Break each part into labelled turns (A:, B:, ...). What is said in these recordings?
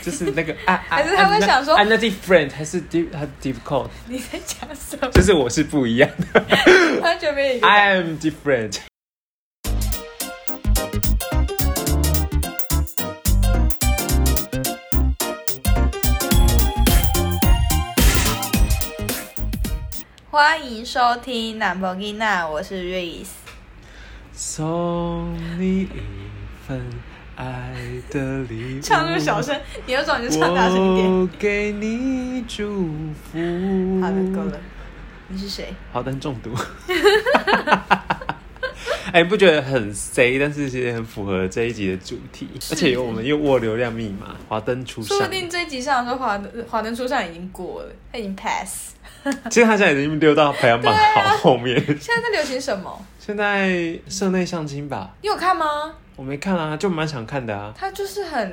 A: 就是那个啊啊，
B: 还是他会想说
A: I'm not different，还是 di 还是 difficult，
B: 你在讲什么？
A: 就是我是不一样的
B: 完全没有一个。
A: ，I am different。
B: 欢迎收听《南博吉娜》，我是 Rice。
A: 送你一份爱的礼物，
B: 唱那么小声，你有种你就唱大声一点。
A: 我给你祝福。
B: 好的，够了。。你是谁？
A: 好的，很中 毒。哎、你不觉得很 C，但是其实很符合这一集的主题，而且有我们又握流量密码，华灯初
B: 说不
A: 上。
B: 定这一集上的时候，华灯华灯初上已经过了，它已经 pass。
A: 其实他现在已经溜到排行榜
B: 啊
A: 好后面。
B: 现在在流行什么？
A: 现在社内相亲吧，
B: 你有看吗？
A: 我没看啊，就蛮想看的啊，
B: 它就是很，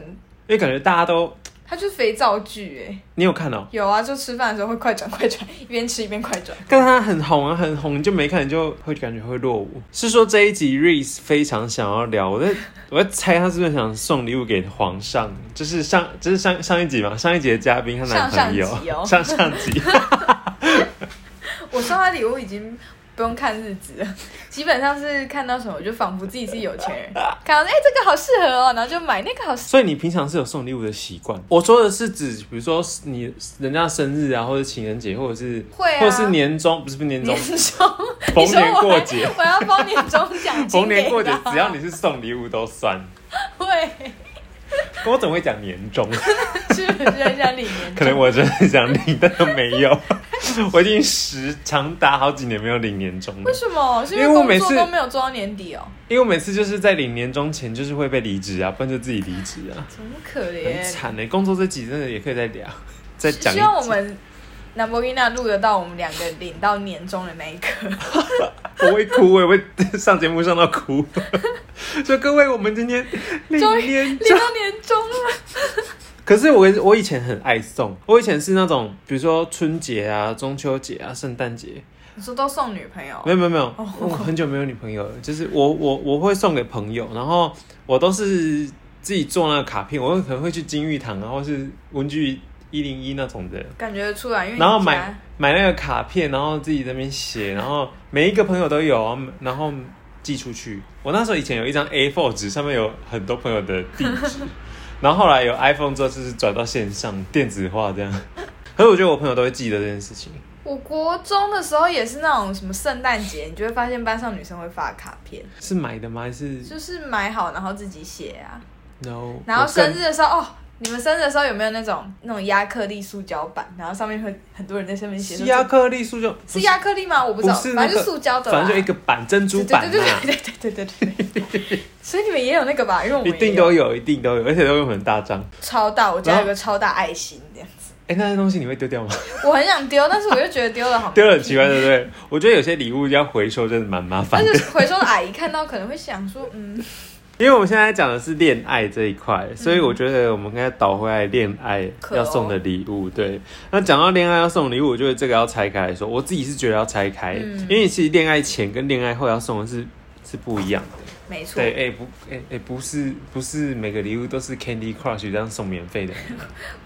A: 因为感觉大家都
B: 它就是肥皂剧哎、
A: 你有看哦、
B: 有啊，就吃饭的时候会快转快转，一边吃一边快转。
A: 但他很红啊，很红，你就没看，你就会感觉会落伍。是说这一集 Reese 非常想要聊，我在 我在猜他是不是想送礼物给皇上，就是上就是上上一集嘛，上一集的嘉宾她男朋友
B: 上上集 哦
A: 上上集，
B: 我收到礼物已经不用看日子了，基本上是看到什么我就仿佛自己是有钱人，看到哎、这个好适合哦，然后就买那个好适
A: 所以你平常是有送礼物的习惯？我说的是指，比如说你人家生日啊，或者情人节，或者是
B: 会啊
A: 或者是年终，不是不是年终
B: 年，终，
A: 逢
B: 你说
A: 年
B: 我
A: 过节
B: 还我要逢年终奖金，
A: 逢年过节，只要你是送礼物都算。
B: 会，
A: 我怎么会讲年终？
B: 是不是很像领年终？
A: 可能我真的想领，但都没有。 我已经十长达好几年没有领年终了
B: 为，什么？是因
A: 因为我
B: 为
A: 每
B: 工
A: 次
B: 作都没有做到年底哦，
A: 因为我每次就是在领年终前就是会被离职啊，不然就自己离职啊，
B: 怎么可
A: 很
B: 怜？
A: 惨哎、工作这集真的也可以再聊，再讲一集。
B: 希望我们。南博伊娜录得到我们两个领到年终的那一刻，
A: 我会哭，我也会 上节目上到哭。 说各位，我们今天领
B: 终于
A: 年
B: 领
A: 终，
B: 到年终了，
A: 可是我我以前很爱送，我以前是那种比如说春节啊、中秋节啊、圣诞节，
B: 你说都送女朋友？
A: 没有没有没有，
B: 哦
A: 我很久没有女朋友了。就是我我我会送给朋友，然后我都是自己做那个卡片，我可能会去金玉堂啊，或是文具一零一那种的，
B: 感觉得出来，因为
A: 然后
B: 你
A: 买
B: 家
A: 买那个卡片，然后自己在那边写，然后每一个朋友都有，然后寄出去。我那时候以前有一张 A4 纸，上面有很多朋友的地 址，然后后来有 iPhone 之后，就是转到线上电子化这样。可是我觉得我朋友都会记得这件事情。
B: 我国中的时候也是那种什么圣诞节，你就会发现班上女生会发卡片，
A: 是买的吗？还是
B: 就是买好然后自己写啊。
A: no？
B: 然后
A: 我更
B: 生日的时候，哦，你们生日的时候有没有那种那种亚克力塑胶板，然后上面会很多人在上面写
A: 是
B: 说
A: 亚克力塑胶，
B: 是亚克力吗？我不知道，
A: 不是那个
B: 反正是塑胶的啦，
A: 反正就一个板，珍珠板
B: 对
A: 啊，
B: 对对对对对对对对。所以你们也有那个吧？因为我们
A: 一
B: 也
A: 定都有，一定都有，而且都有很大张。
B: 超大，我家
A: 然后
B: 有个超大爱心这样子，
A: 哎、那些东西你会丢掉吗？
B: 我很想丢，但是我又觉得丢了好
A: 丢了很奇怪，对不对？我觉得有些礼物要回收真的蛮麻烦
B: 但
A: 的，
B: 是回收的阿姨看到可能会想说，嗯，
A: 因为我们现在讲的是恋爱这一块，所以我觉得我们应该倒回来恋爱
B: 可哦
A: 要送的礼物。对，那讲到恋爱要送礼物，我觉得这个要拆开来说，我自己是觉得要拆开，
B: 嗯
A: 因为其实恋爱前跟恋爱后要送的是是不一样的。
B: 没错，
A: 对，哎、不，哎、哎、不是不是每个礼物都是 Candy Crush 这样送免费的，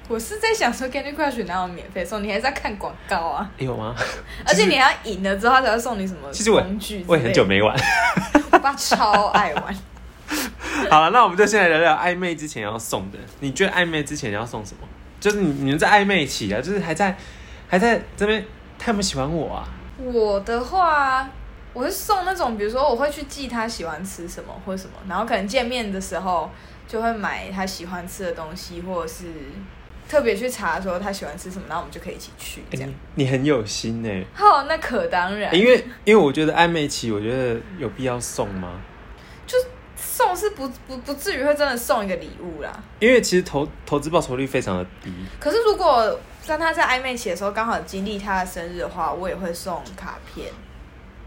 B: 我是在想说，Candy Crush 哪有免费送？你还是要看广告啊，
A: 有吗？
B: 而且你还要赢了之后，他才会送你什么
A: 其实我
B: 工具之类的
A: 我也很久，没玩。
B: 我爸超爱玩。
A: 好了，那我们就先来聊聊暧昧之前要送的。你觉得暧昧之前要送什么？就是你你们在暧昧期啊，就是还在还在这边，他有没有喜欢我啊？
B: 我的话，我是送那种，比如说我会去记他喜欢吃什么或者什么，然后可能见面的时候就会买他喜欢吃的东西，或者是特别去查说他喜欢吃什么，然后我们就可以一起去
A: 哎
B: 这样
A: 你。你很有心呢、
B: 好，那可当然，
A: 因为因为我觉得暧昧期，我觉得有必要送吗？
B: 送是不不不至于会真的送一个礼物啦。
A: 因为其实投投资报酬率非常的低，
B: 可是如果当他在暧昧期的时候刚好经历他的生日的话，我也会送卡片。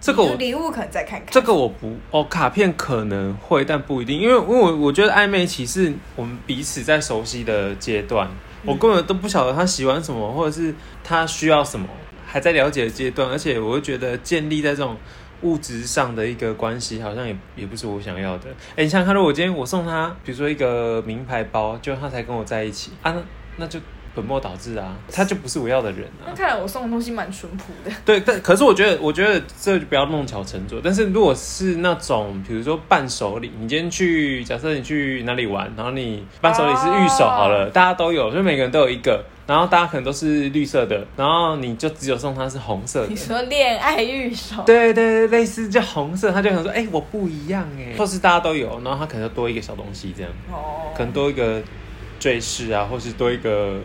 A: 这个
B: 就
A: 我
B: 礼物可能再看看。
A: 这个我不哦，卡片可能会，但不一定，因为因为我我觉得暧昧期是我们彼此在熟悉的阶段，我根本都不晓得他喜欢什么，或者是他需要什么，还在了解的阶段，而且我会觉得建立在这种物质上的一个关系，好像也也不是我想要的。哎、你想想看，如果我今天我送他，比如说一个名牌包，就他才跟我在一起啊，那那就本末倒置啊，他就不是我要的人啊
B: 那。看来我送的东西蛮淳朴的，
A: 对，但可是我觉得，我觉得这就不要弄巧成拙。但是如果是那种，比如说伴手礼，你今天去，假设你去哪里玩，然后你伴手礼是玉手好了大家都有，就每个人都有一个，然后大家可能都是绿色的，然后你就只有送他是红色的
B: 你。说恋爱玉手，
A: 对对对，类似就红色，他就想说，哎、我不一样哎，或是大家都有，然后他可能就多一个小东西这样，
B: 哦，
A: 可能多一个坠饰啊，或是多一个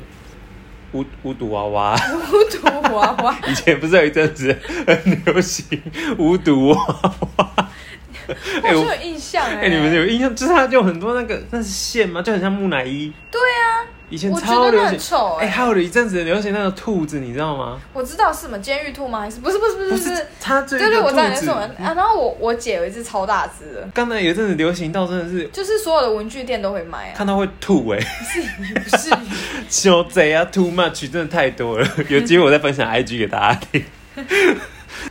A: 巫巫毒娃娃。
B: 孤独娃娃，
A: 以前不是有一阵子很流行无毒娃娃？
B: 我
A: 哎
B: 就
A: 我
B: 有印象哎、
A: 哎、你们有印象？就是它就有很多那个那是线吗？就很像木乃伊。
B: 对啊，
A: 以前
B: 我觉
A: 超
B: 得
A: 流
B: 那很
A: 行。
B: 丑哎、
A: 哎、还有一阵子流行那个兔子，你知道吗？
B: 我知道是什么监狱兔吗？还是不是不是不是
A: 不
B: 不
A: 是
B: 是？，
A: 它这
B: 对
A: 个
B: 对，我
A: 兔
B: 知道你在
A: 子
B: 送。人啊。然后我我姐有一只超大只的，
A: 刚才有一阵子流行到真的是
B: 就是所有的文具店都会卖啊，
A: 看到会吐哎、
B: 不是？
A: 小贼啊，too much，真的太多 了。有机会我再分享 IG 给大家听。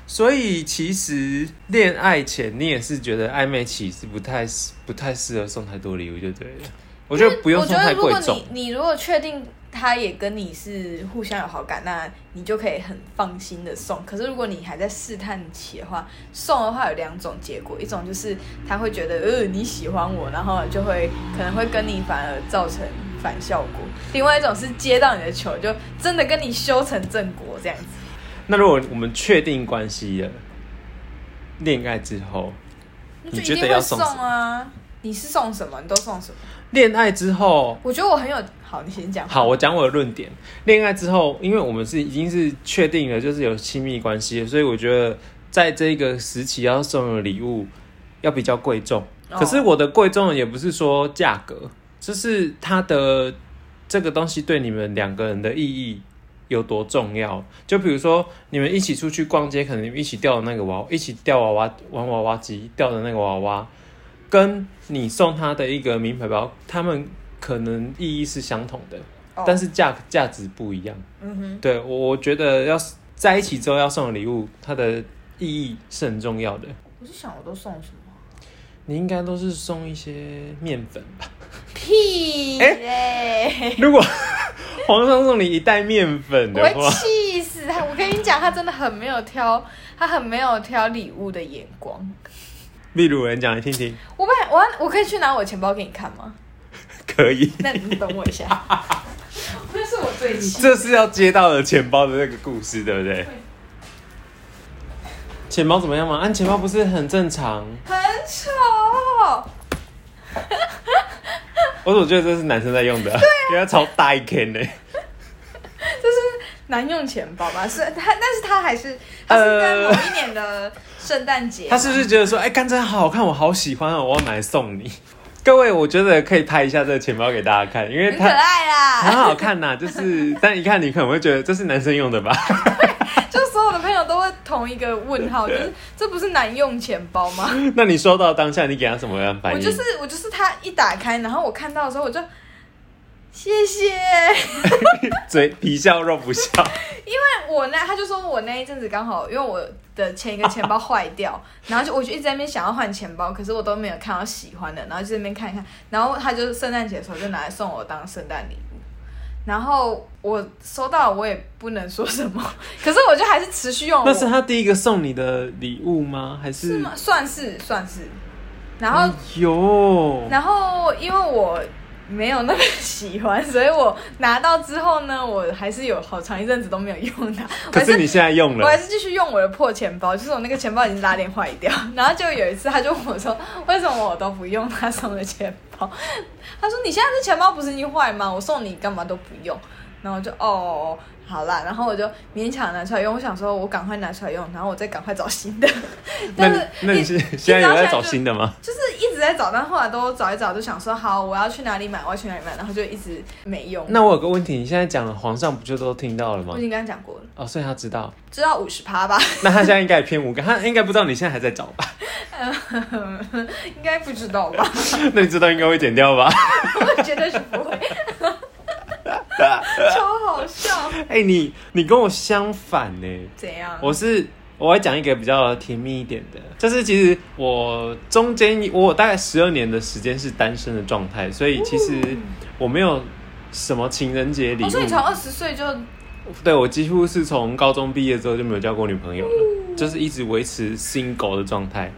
A: 所以其实恋爱前你也是觉得暧昧期是不太不太适合送太多礼物就对了。我觉得不用
B: 我觉
A: 送
B: 得
A: 太
B: 如果
A: 贵重
B: 你，你如果确定他也跟你是互相有好感，那你就可以很放心的送。可是如果你还在试探期的话，送的话有两种结果，一种就是他会觉得呃你喜欢我，然后就会可能会跟你反而造成反效果；另外一种是接到你的球就真的跟你修成正果这样子。
A: 那如果我们确定关系了，恋爱之后，
B: 那
A: 你
B: 就
A: 觉
B: 一
A: 得
B: 定
A: 要
B: 会
A: 送
B: 送啊！你是送什么？你都送什么？
A: 恋爱之后，
B: 我觉得我很有好，你先讲。
A: 好，我讲我的论点。恋爱之后，因为我们是已经是确定了，就是有亲密关系了，所以我觉得在这个时期要送的礼物要比较贵重。
B: 哦
A: 可是我的贵重也不是说价格，就是它的这个东西对你们两个人的意义有多重要。就比如说你们一起出去逛街，可能你们一起掉的那个娃，一起掉娃娃玩娃娃机掉的那个娃娃，跟你送他的一个名牌包，他们可能意义是相同的。
B: 哦
A: 但是价价值不一样。
B: 嗯哼，
A: 对我，我觉得要是在一起之后要送的礼物，它的意义是很重要的。
B: 我就想我都送什么。
A: 你应该都是送一些面粉 吧？
B: 屁
A: 哎
B: 嘞、
A: 如果皇上送你一袋面粉
B: 我
A: 的
B: 会
A: 话，
B: 气死他！我跟你讲，他真的很没有挑，他很没有挑礼物的眼光。
A: 秘鲁人讲来听听，
B: 我本来我要我可以去拿我的钱包给你看吗？
A: 可以。
B: 那你等我一下，那是我最 气。
A: 这是要接到了钱包的那个故事，对不对？钱包怎么样嘛？按、钱包不是很正常？
B: 很丑，
A: 我怎么觉得这是男生在用的、啊？因为它超大一根呢、
B: 难用钱包吧？是他，但是他还是他是在
A: 呃
B: 某一年的圣诞节，
A: 他是不是觉得说，哎、干真好好看，我好喜欢哦，我要买来送你。 各位，我觉得可以拍一下这个钱包给大家看，因为
B: 很可
A: 它
B: 爱
A: 很
B: 啦？
A: 好看呐、就是但一看你可能会觉得这是男生用的吧？
B: 就所有的朋友都会同一个问号，就是这不是难用钱包吗？
A: 那你收到当下，你给他什么样反
B: 我
A: 应？
B: 就是我就是他一打开，然后我看到的时候我就谢谢，
A: 嘴皮笑肉不笑，
B: 哦我那他就说我那一阵子刚好因为我的前一个钱包坏掉，然后就我就一直在那边想要换钱包，可是我都没有看到喜欢的，然后就在那边看一看，然后他就圣诞节的时候就拿来送我当圣诞礼物。然后我收到，我也不能说什么，可是我就还是持续用我。
A: 那是他第一个送你的礼物吗？还是？
B: 是吗？算是算是。然后
A: 哎呦，
B: 然后因为我没有那么喜欢，所以我拿到之后呢，我还是有好长一阵子都没有用它。我
A: 可
B: 还
A: 是
B: 是
A: 你现在用
B: 我还
A: 了，
B: 是继续用我的破钱包，就是我那个钱包已经拉链坏掉。然后就有一次，他就问我说：“为什么我都不用他送的钱包？” 他说：“你现在这钱包不是已经坏吗？我送你干嘛都不用？”然后我就哦，好啦，然后我就勉强拿出来用。我想说，我赶快拿出来用，然后我再赶快找新的。
A: 那
B: 但
A: 你
B: 是
A: 那你
B: 一
A: 是
B: 一
A: 现在有
B: 拿
A: 在
B: 起来
A: 找
B: 就
A: 新的吗？
B: 就是一直在找，但后来都找一找，就想说好，我要去哪里买，我要去哪里买，然后就一直没用。
A: 那我有个问题，你现在讲了，皇上不就都听到了吗
B: 我已？经跟他讲过了，
A: 哦，所以他知道，
B: 知道五十趴吧？
A: 那他现在应该也偏无感，他应该不知道你现在还在找吧？
B: 应该不知道吧？
A: 那你知道应该会剪掉 吧？
B: 我觉得是 不会，超好笑。
A: 哎、你你跟我相反呢、
B: 怎样？
A: 我是我来讲一个比较甜蜜一点的，就是其实我中间我有大概十二年的时间是单身的状态，所以其实我没有什么情人节礼
B: 哦，
A: 物
B: 所以你从二十岁就
A: 对我几乎是从高中毕业之后就没有交过女朋友
B: 嗯
A: 了，就是一直维持 single 的状态。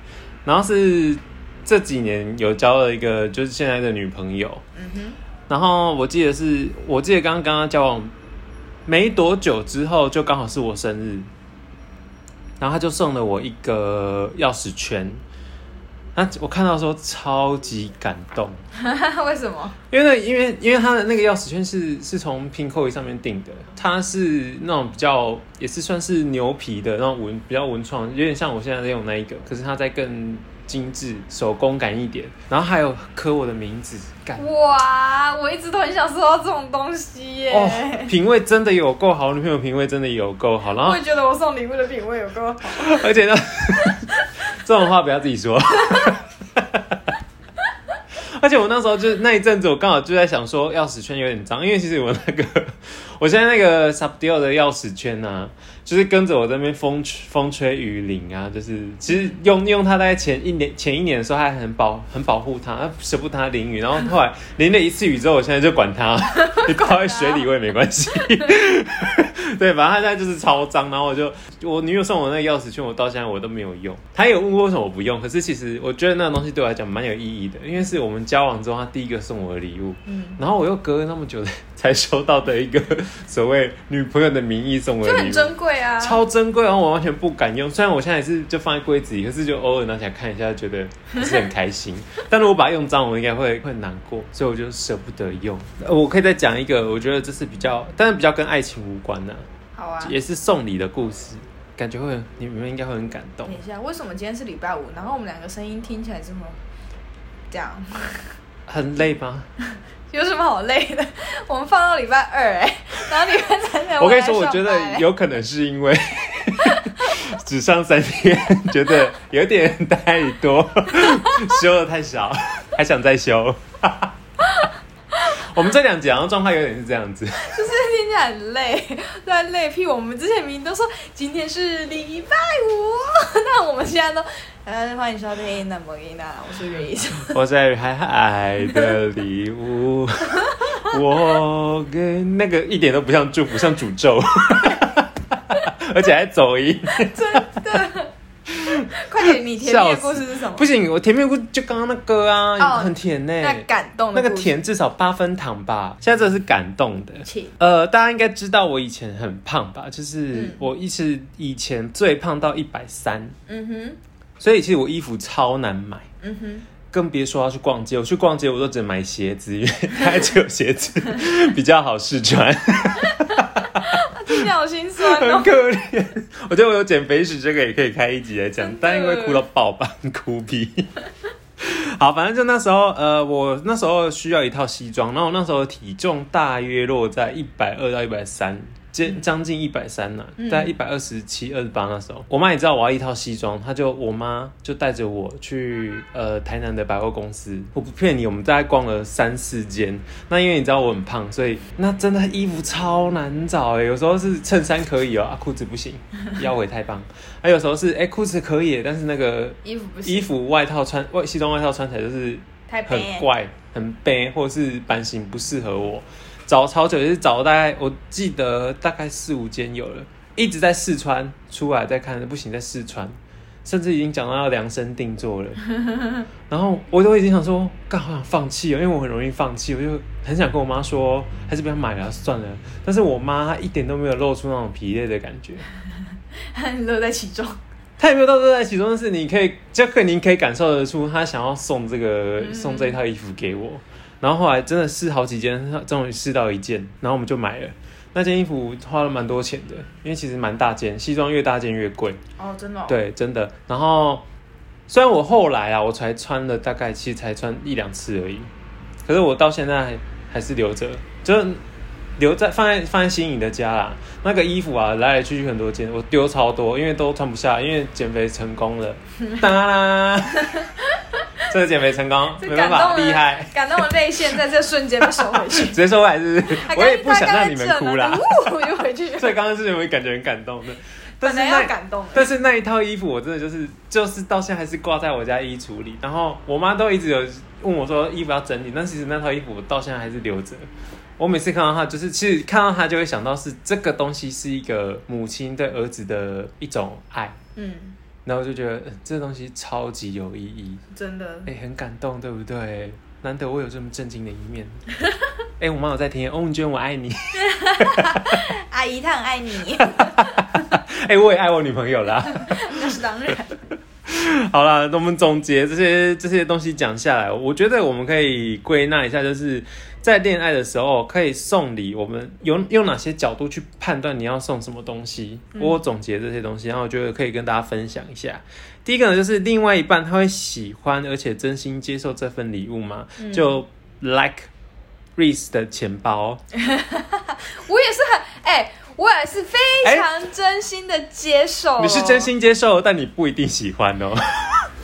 A: 然后是这几年有交了一个就是现在的女朋友，
B: 嗯哼，
A: 然后我记得是我记得刚刚跟她交往没多久之后，就刚好是我生日，然后她就送了我一个钥匙圈，那我看到的时候超级感动。
B: 为什么？
A: 因为那因为因为它的那个钥匙圈是是从 Pinkoi 上面订的，它是那种比较也是算是牛皮的那种文比较文创，有点像我现在在用那一个，可是它再更精致、手工感一点，然后还有刻我的名字，感
B: 哇，我一直都很想收到这种东西耶。
A: 哦，品味真的有够好，女朋友品味真的有够好，然后
B: 我也觉得我送礼物的品味有够好，
A: 而且呢， 这种话不要自己说。而且我那时候就那一阵子，我刚好就在想说，钥匙圈有点脏，因为其实我那个我现在那个 Subdio 的钥匙圈啊，就是跟着我这边风吹风吹雨淋啊，就是其实用用它大概前一年前一年的时候还很保很保护它，啊舍不得它淋雨，然后后来淋了一次雨之后，我现在就管它， 你泡在水里我也没关系。 对，反正他现在就是超脏，然后我就我女友送我那个钥匙圈，我到现在我都没有用。她有问过为什么我不用，可是其实我觉得那个东西对我来讲蛮有意义的，因为是我们交往之后她第一个送我的礼物，
B: 嗯，
A: 然后我又隔了那么久的 才收到的一个 所谓女朋友的名义送我的
B: 就
A: 礼
B: 很
A: 物。
B: 珍贵啊。
A: 超珍贵，然后我完全不敢用。虽然我现在也是就放在柜子里，可是就偶尔拿起来看一下，觉得还是很开 心。但如果把它用脏，我应该会会很难过，所以我就舍不得用。呃我可以再讲一个，我觉得这是比较，但是比较跟爱情无关的、
B: 好啊。
A: 也是送礼的故事，感觉会你们应该会很感动
B: 等。一下，为什么今天是礼拜五？然后我们两个声音听起来这么这样，
A: 很累吗？
B: 有什么好累的？我们放到礼拜二哎、 然后礼拜三才
A: 我跟你说，
B: 来
A: 我
B: 上
A: 觉
B: 班
A: 得
B: 欸
A: 有可能是因为只上三天，觉得有点太 多，休的太少，还想再休。 我们这两集好像状态有点是这样子，
B: 就是听起来很累，在累屁。我们之前明明都说今天是礼拜五， 那我们现在都呃欢迎收听那摩伊娜，我是袁医生。
A: 我在海海的礼 物，我跟那个一点都不像祝福，像诅咒， 而且还走音。
B: 快点，你甜蜜的故事是什么
A: 不？行，我甜面菇就刚刚那个啊，
B: 哦
A: 很甜呢、
B: 那感动的
A: 那个
B: 故事，
A: 甜至少八分糖吧。现在这是感动的。
B: 请
A: 呃，大家应该知道我以前很胖吧？就是
B: 嗯
A: 我一直以前最胖到一百三，
B: 嗯哼
A: 所以其实我衣服超难买，
B: 嗯哼，
A: 更别说要去逛街。我去逛街我都只买鞋子，因为 大概只有鞋子比较好试 穿，
B: 听起来好心酸
A: 很
B: 哦。
A: 可怜。 我觉得我有减肥史这个也可以开一集来讲
B: 真的，
A: 但因为哭到爆吧，哭逼。 好，反正就那时候，呃，我那时候需要一套西装，然后我那时候体重大约落在一百二到一百三，将将近一百三呢，
B: 嗯
A: 大概一百二十七、二十八那时候。我妈也知道我要一套西装，她就我妈就带着我去呃台南的百货公司，我不骗你，我们大概逛了三四间。那因为你知道我很胖，所以那真的衣服超难找哎、有时候是衬衫可以哦、啊裤子不行， 腰围太棒。还有时候是哎裤、子可以，但是那个
B: 衣服不行，
A: 衣服外套穿外西装外套穿起来就是
B: 太
A: 很
B: 悲，
A: 怪、很悲，或者是版型不适合我。找超久，也是找了大概我记得大概四五间有了，一直在试穿，出来再看不行再试穿，甚至已经讲到要量身定做了。然后我都已经想说，干好想放弃哦，因为我很容易放弃，我就很想跟我妈说，还是不要买了算了。但是我妈她一点都没有露出那种疲累的感觉，
B: 乐在其中。
A: 他有没有到乐在其中的是，你可以就可以你可以感受得出他想要送这个、
B: 嗯
A: 送这一套衣服给我，然后后来真的试好几件，终于试到一件，然后我们就买了。那件衣服花了蛮多钱的，因为其实蛮大件，西装越大件越贵，
B: 哦，真的、哦。
A: 对，真的。然后虽然我后来啊，我才穿了大概其实才穿一两次而已，可是我到现在还是留着，就是留在放在放在心仪的家啦。那个衣服啊，来来去去很多件，我丢超多，因为都穿不下，因为减肥成功 了。当啦，这是减肥成 功，
B: 这
A: 没
B: 感
A: 办法，
B: 动
A: 厉害，
B: 的，感动的泪腺在这瞬间被收 回去。
A: 直接收回来是不是？我也不想让你们哭啦
B: 他刚才只有拿着，呜，我就回去。
A: 所以刚刚是有没有感觉很感动的？但
B: 本
A: 是
B: 来要
A: 那
B: 感动了，
A: 但是那一套衣服我真的就是就是到现在还是挂在我家衣橱里，然后我妈都一直有问我说衣服要整理，但其实那套衣服我到现在还是留着。我每次看到它，就是其实看到它就会想到是这个东西是一个母亲对儿子的一种爱，
B: 嗯，
A: 然后我就觉得、呃这东西超级有意义，
B: 真的
A: 哎、很感动，对不对？难得我有这么震惊的一面。 哎、我妈有在听，翁娟我爱你。
B: 阿姨她很爱你，
A: 哎、我也爱我女朋友啦。
B: 那是当然。
A: 好啦，那我们总结这些这些东西讲下来，我觉得我们可以归纳一下，就是在恋爱的时候可以送礼，我们有用哪些角度去判断你要送什么东西？
B: 嗯
A: 我有总结这些东西，然后我觉得可以跟大家分享一下。第一个呢，就是另外一半他会喜欢而且真心接受这份礼物吗？
B: 嗯
A: 就 like Reese 的钱包，
B: 我也是很哎、我也是非常真心的接受、
A: 你是真，心接受，但你不一定喜欢 哦。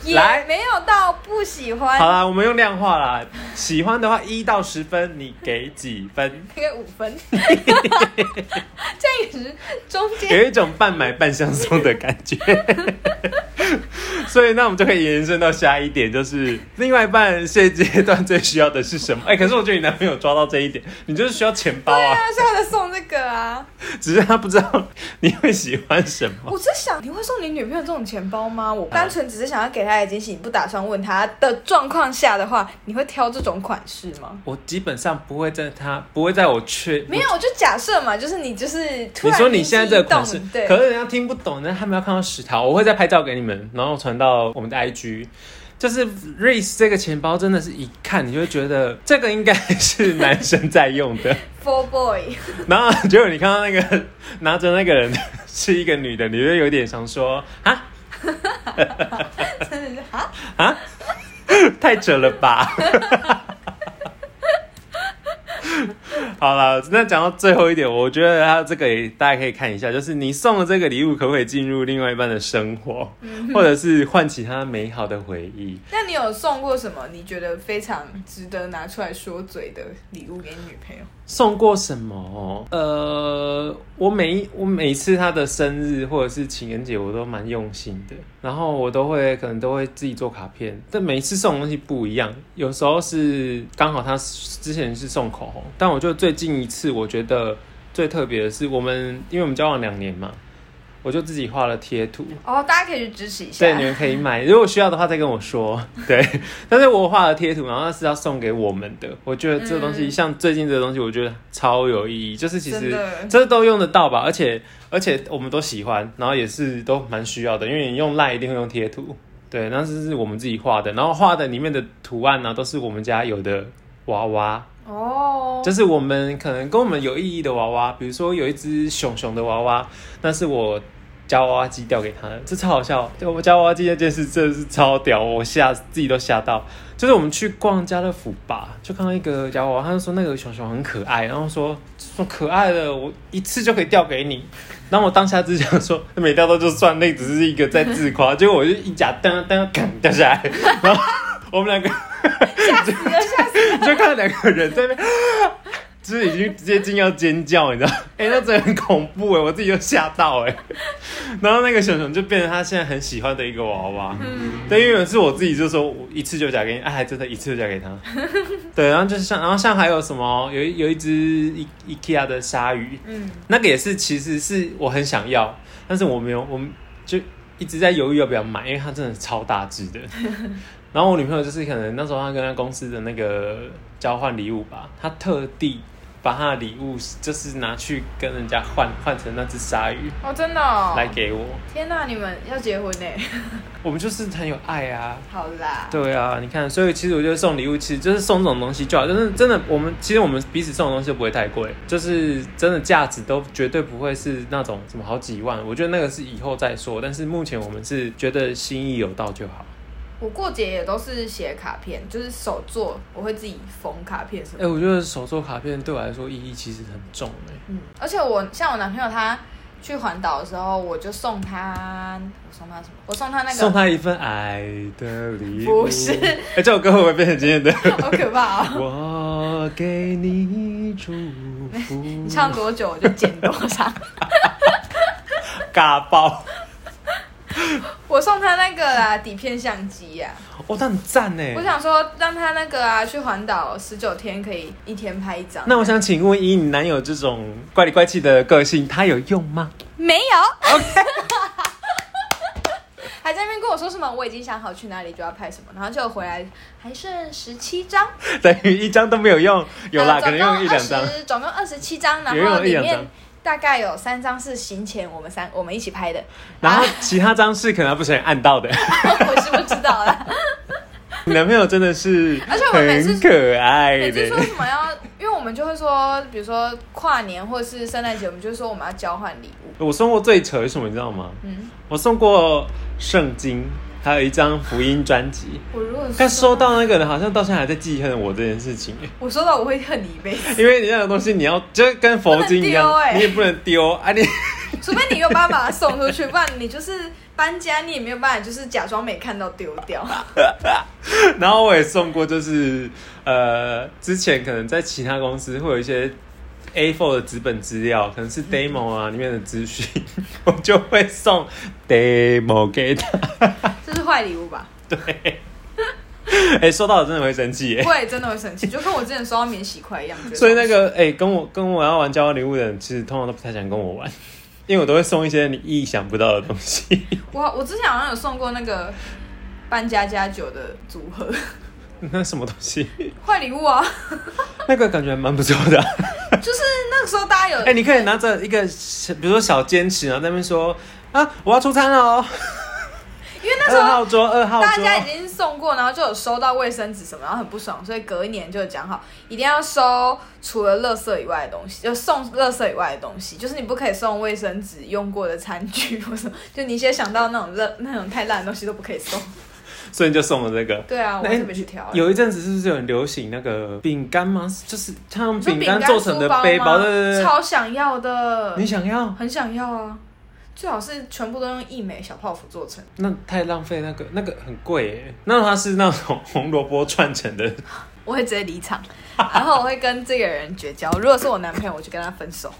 B: 也
A: 来
B: 没有到不喜
A: 好
B: 欢，
A: 啦，我们用量化啦，喜欢的话一到十分，你给几分？
B: 大概五分， 这样也是中间。
A: 有一种半买半相送的感觉。 所以，那我们就可以延伸到下一点，就是另外一半现阶段最需要的是什么？哎、 可是我觉得你男朋友抓到这一点，你就是需要钱包
B: 对
A: 啊，
B: 啊，所以我在送这个啊！
A: 只是他不知道你会喜欢什么。
B: 我在想，你会送你女朋友这种钱包吗？
A: 啊
B: 我单纯只是想要给她一个惊喜，你不打算问她的状况下的话，你会挑这种款式吗？
A: 我基本上不会在他不会在我确
B: 没有，我就假设嘛，就是你就是突
A: 你
B: 然
A: 说你
B: 灵机
A: 现在这个
B: 一动
A: 款式，
B: 对，
A: 可是人家听不懂，人家他们要看到实条，我会再拍照给你们，然后传到我们的 IG。就是 Reese 这个钱包真的是一看你就会觉得这个应该是男生在用的，
B: Four Boy，
A: 然后结果你看到那个拿着那个人 是一个女的，你就有点想说啊，
B: 真的是啊哈，
A: 太扯了吧。好了，那讲到最后一点，我觉得他这个也大家可以看一下，就是你送的这个礼物可不可以进入另外一半的生活，或者是唤起他美好的回忆。
B: 那你有送过什么你觉得非常值得拿出来说嘴的礼物给你女朋友？
A: 送过什么？呃，我每一我每次他的生日或者是情人节，我都蛮用心的。然后我都会可能都会自己做卡片，但每一次送的东西不一样。有时候是刚好他之前是送口红，但我就最近一次我觉得最特别的是，我们因为我们交往两年嘛，我就自己画了贴图，
B: 哦，大家可以去支持一下。
A: 对，你们可以买，如果需要的话再跟我 说。对，但是我画了贴图，然后那是要送给我们的。我觉得这个东西，
B: 嗯
A: 像最近这个东西，我觉得超有意义，就是其
B: 真
A: 实
B: 的
A: 这都用得到吧，而且而且我们都喜欢，然后也是都蛮需要的，因为你用赖一定会用贴图，对，那是是我们自己画的，然后画的里面的图案呢、都是我们家有的娃娃，
B: 哦，
A: 就是我们可能跟我们有意义的娃娃，比如说有一只熊熊的娃娃，那是我夹娃娃机掉给他的，这超好笑。对我夹娃娃机那件事真的是超屌，我吓自己都吓到。就是我们去逛家乐福吧，就看到一个夹娃娃，他就说那个熊熊很可爱，然后说说可爱的，我一次就可以掉给你。 然后我当下只想说 没掉到就算，那只是一个在自夸。结果我就一夹噔噔噔掉下来，然后 我们两个。
B: 吓死了，吓死了！
A: 你就看到两个人在那边， 就是已经接近要尖叫，你知道？哎、那真的很恐怖哎、我自己就吓到哎、然后那个熊熊就变成他现在很喜欢的一个娃娃，
B: 嗯，
A: 对，因为有一次我自己就说，我一次就夹给你，哎、还真的一次就夹给他。 对，然后就是像，然后像还有什么，有一有一只 I IKEA 的鲨鱼，
B: 嗯，
A: 那个也是，其实是我很想要，但是我没有，我们就一直在犹豫要不要买，因为它真的超大只的。然后我女朋友就是可能那时候她跟她公司的那个交换礼物吧，她特地把她的礼物就是拿去跟人家换换成那只鲨鱼
B: 哦，真的、哦。
A: 来给我，
B: 天哪、你们要结婚呢？
A: 我们就是很有爱啊。
B: 好啦，
A: 对啊，你看，所以其实我觉得送礼物，其实就是送这种东西就好，就是真的，我们其实我们彼此送的东西都不会太贵，就是真的价值都绝对不会是那种什么好几万，我觉得那个是以后再说，但是目前我们是觉得心意有到就好。
B: 我过节也都是写卡片，就是手做，我会自己缝卡片什么
A: 哎、
B: 的。
A: 我觉得手做卡片对我来说意义其实很重哎、
B: 嗯，而且我像我男朋友他去环岛的时候，我就送他，我送他什么？我送他那个，
A: 送他一份爱的哎礼物，
B: 不是
A: 哎、这首歌会不会变成今天的？
B: 好可怕哦！
A: 我给你祝福。
B: 你唱多久我就剪多少。
A: 尬爆！
B: 我送他那个啦，底片相机呀、
A: 哦，那很赞呢。
B: 我想说让他那个啊，去环岛十九天可以一天拍一张。
A: 那我想请问，以你男友这种怪里怪气的个性，他有用 吗？
B: 没 有。还在那边跟我说什么？我已经想好去哪里就要拍什么，然后就回来还剩十七张，
A: 等于一张都没有用，有啦，
B: 呃
A: 可能用一两张
B: 总。共20总共二十七张，
A: 有
B: 然后
A: 用一
B: 里
A: 两
B: 面
A: 张
B: 大概有三张是行前我们三我们一起拍的，
A: 然后
B: 啊
A: 其他张是可能不小心按到 的。
B: 我是不知 道啦。
A: 你男朋友真的是
B: 而且我每次
A: 很可爱
B: 每次
A: 的
B: 说，什么要，因为我们就会说，比如说跨年或者是圣诞节，我们就会说我们要交换礼物。
A: 我送过最扯是什么，你知道吗？
B: 嗯，
A: 我送过圣经，还有一张福音专辑。
B: 我如果
A: 但收，到那个人好像到现在还在记恨我这件事情，
B: 我收到我会恨你一 辈子，
A: 因为你那种东西你要就是跟佛经一样，
B: 不能丢欸
A: 你也不能丢啊你。
B: 除非你有办法把它送出去，不然你就是搬家，你也没有办法，就是假装没看到丢 掉。
A: 然后我也送过，就是呃，之前可能在其他公司会有一些 A4 的纸本资料，可能
B: 嗯
A: 是 demo 啊、里面的资讯， 我就会送 demo 给他。
B: 这是坏礼物吧？
A: 哎、收到了真的会生气耶。
B: 我也真的会生气，就跟我之前收到免洗筷一样。觉得
A: 所以那个哎、跟我跟我要玩交换礼物的人，其实通常都不太想跟我玩，因为我都会送一些你意想不到的东西。
B: 我我之前好像有送过那个搬家加酒的组合
A: 那什么东西？
B: 坏礼物啊，
A: 那个感觉还蛮不错的、啊
B: 就是那个时候大家有
A: 哎、你可以拿着一个，比如说小坚持，然后在那边说啊，我要出餐了哦，
B: 因为那时
A: 二
B: 候
A: 号桌，二号桌。
B: 大家已经送过，然后就有收到卫生纸什么，然后很不爽，所以隔一年就有讲好，一定要收除了垃圾以外的东西，就送垃圾以外的东西，就是你不可以送卫生纸、用过的餐具或什么，就你先想到那种垃那种太烂的东西都不可以送。
A: 所以你就送了这个。
B: 对啊，我
A: 那
B: 特别去挑、欸。
A: 哎有一阵子是不是有很流行那个饼干吗？就是他用
B: 你说
A: 饼干做成的背包，
B: 书吗
A: 对对对对。
B: 超想要的
A: 你，想要？
B: 很想要啊，最好是全部都用益美小泡芙做成。
A: 那太浪费那个，那个很贵耶。那它是那种红萝卜串成的，
B: 我会直接离场，然后我会跟这个人绝交。如果是我男朋友，我就跟他分 手，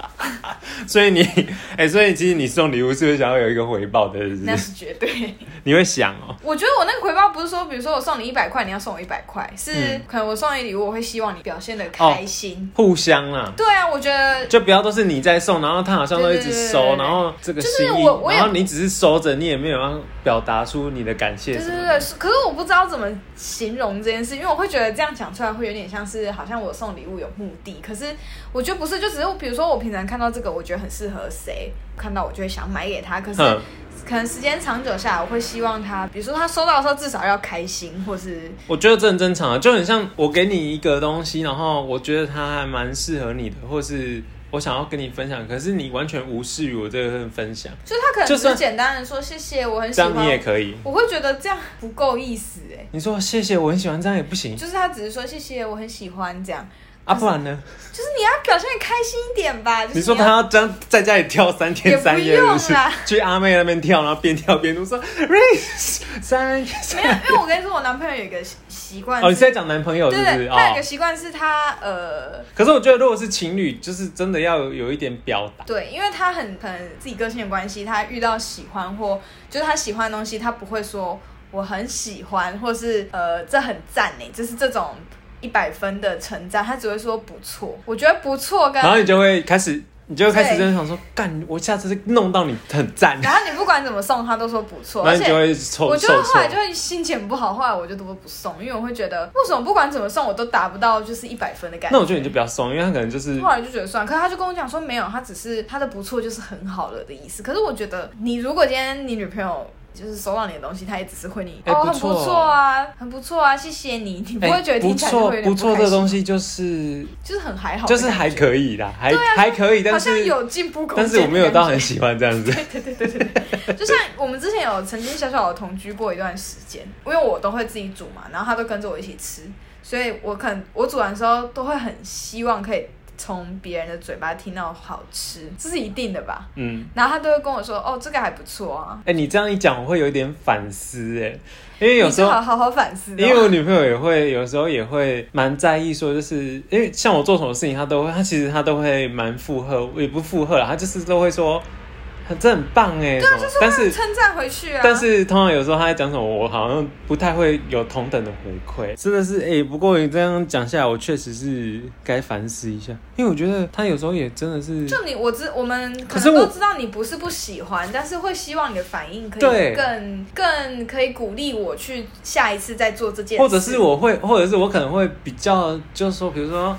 A: 所以你， 哎、所以其实你送礼物是不是想要有一个回报的？是不
B: 那
A: 是？
B: 是绝对。
A: 你会想哦、
B: 我觉得我那个回报不是说，比如说我送你一百块，你要送我一百块，是
A: 嗯
B: 可能我送你礼物，我会希望你表现的开心。
A: 互相啦，
B: 对啊，我觉得
A: 就不要都是你在送，然后他好像都一直收，
B: 对对对对对
A: 然后这个心意，
B: 就是我我也
A: 然后你只是收着，你也没有要表达出你的感谢
B: 对
A: 什
B: 对
A: 么
B: 对
A: 的。
B: 对，是可是我不知道怎么形容这件事，因为我会觉得这样讲出来会有点像是好像我送礼物有目的，可是我觉得不是，就只是比如说我平常看到这个，我觉得很适合谁，看到我就会想买给他，可是
A: 嗯
B: 可能时间长久下来，我会希望他，比如说他收到的时候至少要开心，或是
A: 我觉得这很正常啊，就很像我给你一个东西，然后我觉得它还蛮适合你的，或是我想要跟你分享，可是你完全无视于我这份分享，
B: 就是他可能
A: 就
B: 只是
A: 算
B: 简单的说谢谢，我很喜
A: 这
B: 欢
A: 样你也可以。
B: 我会觉得这样不够意思哎、
A: 你说谢谢，我很喜欢，这样也不行
B: 就是他只是说谢谢，我很喜欢这样，
A: 啊，不然呢？
B: 就是你要表现的开心一点吧。就是、
A: 你说他要这样在家里跳三
B: 也
A: 天
B: 不
A: 三夜，
B: 用
A: 是不是
B: 啦
A: 去阿妹那边跳，然后边跳边读说 race 三
B: 你要没有，因为我跟你说，我男朋友有一个习习惯是，
A: 哦，你是在讲男朋友
B: 对
A: 是不是？
B: 对，他有一
A: 哦
B: 个，习惯是他呃，
A: 可是我觉得如果是情侣，就是真的要有有一点表达。
B: 对，因为他很可能自己个性的关系，他遇到喜欢或就是他喜欢的东西，他不会说我很喜欢，或是呃这很赞呢，就是这种一百分的称赞，他只会说不错。我觉得不错跟
A: 然后你就会开始，你就会开始真的想说，干，我下次是弄到你很赞，然
B: 然后你不管怎么送，他都说不错，
A: 后
B: 而
A: 你就
B: 且。
A: 会臭
B: 啊我
A: 臭
B: 觉得
A: 臭
B: 后。来就会心情不好，后来我就都不送，因为我会觉得为什么不管怎么送我都达不到就是一百分的感觉。
A: 那我觉得你就不要送，因为他可能就是
B: 后来就觉得算了，可是他就跟我讲说没有，他只是他的不错就是很好了的意思。可是我觉得你如果今天你女朋友就是收到你的东西，她也只是会你、
A: 哎
B: 哦
A: 不
B: 很
A: 错
B: 不错啊，很不错啊，谢谢你，你不
A: 哎
B: 会觉得
A: 不
B: 听起来就
A: 错
B: 会有点
A: 不错
B: 开
A: 这
B: 心
A: 东西就是
B: 就是很还好的
A: 就
B: 感觉，
A: 是还可以啦，还还可以，
B: 啊好
A: 但
B: 像
A: 是
B: 有进步空间。
A: 但是我没有到很喜欢这样子。
B: 对对对对对，就像我们之前有曾经小小的同居过一段时间，因为我都会自己煮嘛，然后他都跟着我一起吃，所以我可能我煮完之后都会很希望可以从别人的嘴巴听到好吃，这是一定的吧。
A: 嗯，
B: 然后他都会跟我说：“哦，这个还不错啊。
A: 哎，你这样一讲，我会有一点反思哎，因”为有时
B: 你最
A: 候
B: 好好好反思哦。
A: 因为我女朋友也会有时候也会蛮在意，说就是因为像我做什么事情，她都会，她其实她都会蛮附和，也不附和啦，她就是都会说，她很这很棒哎，什么
B: 啊就是
A: 但
B: 会
A: 是
B: 称赞回去啊。
A: 但是通常有时候他在讲什么，我好像不太会有同等的回馈。真的是哎、不过你这样讲下来，我确实是该反思一下，因为我觉得他有时候也真的是
B: 就你我知我们可
A: 可是
B: 能
A: 我
B: 都知道你不是不喜欢，但是会希望你的反应可以
A: 对
B: 更更可以鼓励我去下一次再做这件事，
A: 或者是我会，或者是我可能会比较，就是说，比如说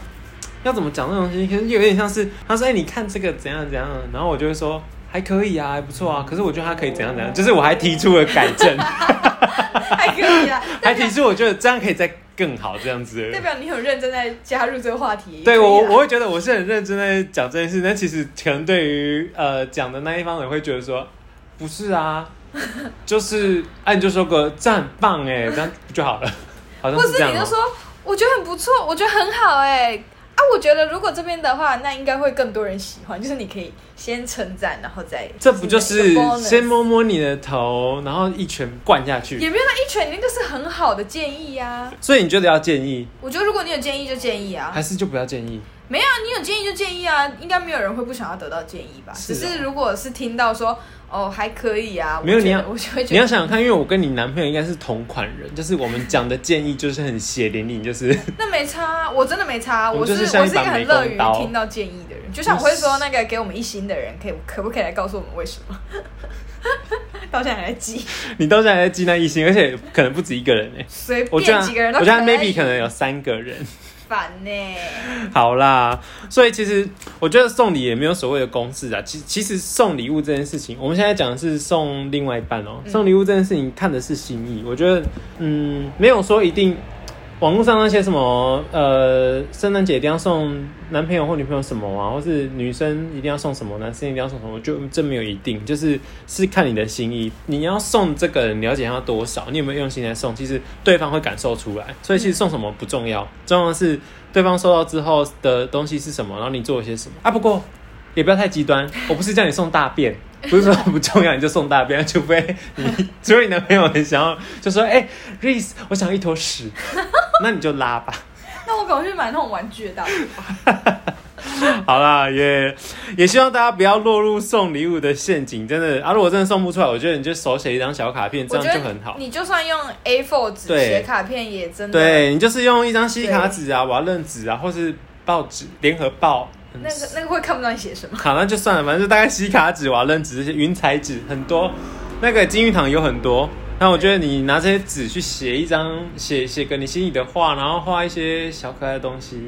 A: 要怎么讲这种东西，可能有点像是他说：“哎、你看这个怎样怎样。”然后我就会说：“还可以啊，还不错啊。”可是我觉得他可以怎样怎样，就是我还提出了改正，
B: 还可以啦，
A: 还提出我觉得这样可以再更好这样子
B: 代。表你很认真在加入这个话题。
A: 对
B: 可以啊
A: 我，
B: 啦
A: 我会觉得我是很认真在讲这件事，但其实可能对于呃讲的那一方人会觉得说：“不是 啊，就是哎、啊、你就说个这样很棒哎，这样不就好了？”好像
B: 或
A: 是这
B: 是
A: 样、
B: 你
A: 哦
B: 就说我觉得很不错，我觉得很好哎、啊，我觉得如果这边的话，那应该会更多人喜欢，就是你可以先称赞，然后再
A: 这不就是
B: 一个 bonus
A: 先摸摸你的头，然后一拳灌下去？
B: 也没有那一拳，那个是很好的建议呀、
A: 所以你觉得要建议，
B: 我觉得如果你有建议就建议啊，
A: 还是就不要建议？
B: 没有，你有建议就建议啊，应该没有人会不想要得到建议吧？
A: 是
B: 只
A: 啊
B: 是如果是听到说哦还可以啊，我
A: 没有
B: 觉得
A: 你要
B: 我就会觉得
A: 你要想想看，因为我跟你男朋友应该是同款人，就是我们讲的建议就是很血淋淋，就是
B: 那没差、啊，我真的没差、啊，
A: 我
B: 我
A: 们
B: 是
A: 就是
B: 我是
A: 像一
B: 一个
A: 把
B: 很
A: 美
B: 乐
A: 工
B: 于
A: 刀
B: 听到建议的人，就像我会说那个给我们一星的人，可以可不可以来告诉我们为什么？ 到现在还在记，
A: 你到现在还在记那一心，而且可能不止一个人哎、
B: 随
A: 我觉
B: 便
A: 得
B: 几个人都
A: 我觉得啊 maybe
B: 以
A: 可能有三个人。
B: 烦呢、
A: 好啦，所以其实我觉得送礼也没有所谓的公式啊。其其实送礼物这件事情，我们现在讲的是送另外一半哦、
B: 嗯
A: 送礼物这件事情看的是心意，我觉得嗯，没有说一定。网络上那些什么呃，圣诞节一定要送男朋友或女朋友什么啊，或是女生一定要送什么，男生一定要送什么，我就这没有一定，就是是看你的心意。你要送这个人，了解他多少，你有没有用心来送，其实对方会感受出来。所以其实送什么不重要，重要的是对方收到之后的东西是什么，然后你做了些什么啊。不过也不要太极端，我不是叫你送大便，不是说不重要你就送大便，除非你除非你男朋友很想要，就说哎、r i s 我想要一坨屎， 那你就拉吧。
B: 那我赶快去买那种玩具的大便吧。
A: 好啦，也也希望大家不要落入送礼物的陷阱，真的啊！如果真的送不出来，我觉得你就手写一张小卡片，这
B: 我
A: 样
B: 觉得
A: 就很好。
B: 你就算用 A4 纸
A: 对
B: 写卡片，也真的
A: 对你就是用一张吸卡纸啊、瓦楞纸啊，或是报纸、联合报。嗯
B: 那个那个会看不到你写什么。
A: 好，那就算了，反正就大概吸卡纸、瓦楞纸这些云彩纸很多，那个金玉堂有很多。那我觉得你拿这些纸去写一张，写写个你心里的话，然后画一些小可爱的东西，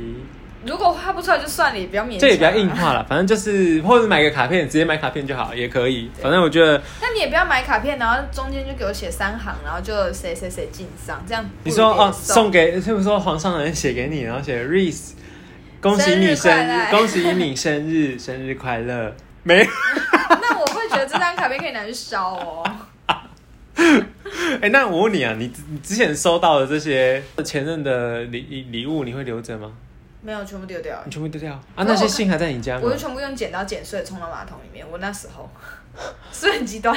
B: 如果画不出来就算了，也不要勉强、啊。
A: 这也比较硬化了。反正就是，或者买个卡片，直接买卡片就好，也可以。反正我觉得
B: 那你也不要买卡片，然后中间就给我写三行，然后就谁谁谁进账，这样不
A: 你
B: 如
A: 说
B: 别人
A: 哦，送给是不是说皇上人写给你，然后写 Reese，恭喜你生
B: 生日
A: 日，
B: 快乐
A: 恭喜你生日，生日快乐。没，
B: 那我会觉得这张卡片可以拿去烧哦。
A: 哎、那我问你啊，你你之前收到的这些前任的礼礼物，你会留着吗？
B: 没有，全部丢掉了
A: 你。全部丢掉啊？
B: 没有
A: 那些信还在你家吗
B: 我就？全部用剪刀剪碎，冲到马桶里面。我那时候 是不是很极端，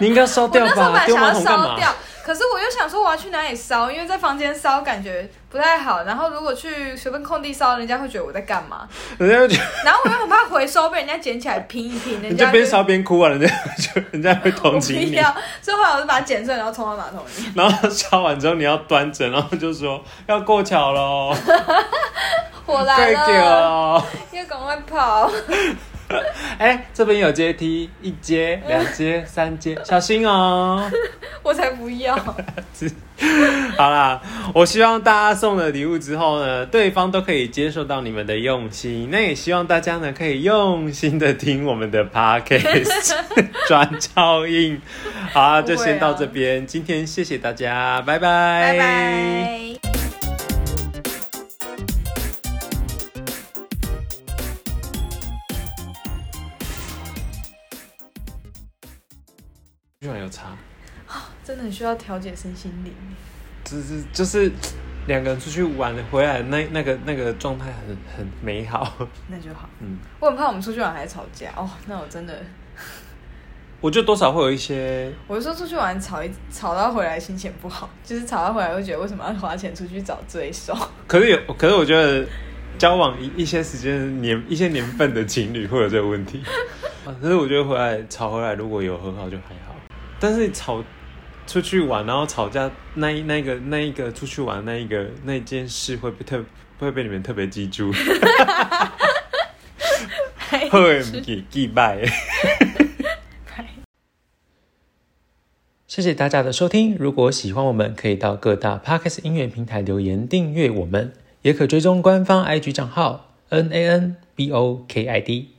A: 你应该烧
B: 我
A: 掉
B: 那时候本
A: 吧？
B: 来
A: 丢
B: 想
A: 马
B: 要
A: 桶干
B: 烧
A: 嘛？
B: 掉，可是我又想说我要去哪里烧，因为在房间烧感觉不太好。然后如果去随便空地烧，人家会觉得我在干嘛。
A: 人家就觉得
B: 然后我又很怕回收被人家捡起来拼一拼，人
A: 你
B: 家
A: 就边
B: 就
A: 烧边哭啊，人家就人家会同
B: 我
A: 情
B: 不
A: 你。
B: 要， 所以后来我就把它剪碎，然后冲到马桶里 面。
A: 然后烧完之后你要端着，然后就说要过桥喽，
B: 火 来
A: 快点
B: 了，
A: 哦。
B: 要赶快跑！
A: 哎、这边有阶梯，一阶、两阶、三阶，小心哦。
B: 我才不 要。
A: 好啦，我希望大家送了礼物之后呢，对方都可以接受到你们的用心。那也希望大家呢可以用心的听我们的 podcast 转照应。好啊，就先到这边，今天谢谢大家，拜拜，
B: 拜拜。
A: 居然有差，
B: 真的很需要调节身心灵。
A: 就是就是两个人出去玩回来那那个那个状态很很美好。
B: 那就好。
A: 嗯，
B: 我很怕我们出去玩还吵架哦。那我真的，
A: 我觉得多少会有一些
B: 我说出去玩吵一吵到回来心情不好，就是吵到回来会觉得为什么要花钱出去找罪受？
A: 可是有，可是我觉得交往一一些时间年一些年份的情侣会有这个问题，啊可是我觉得回来吵回来如果有和好就还好，但是吵出去玩然后吵架那一那一个那一个出去玩那一个那一件事会被特会被你们特别记住，会给记拜。 谢谢大家的收听。如果喜欢我们，可以到各大 Podcast 音乐平台留言订阅我们，也可追踪官方 IG 账号 N A N B O K I D。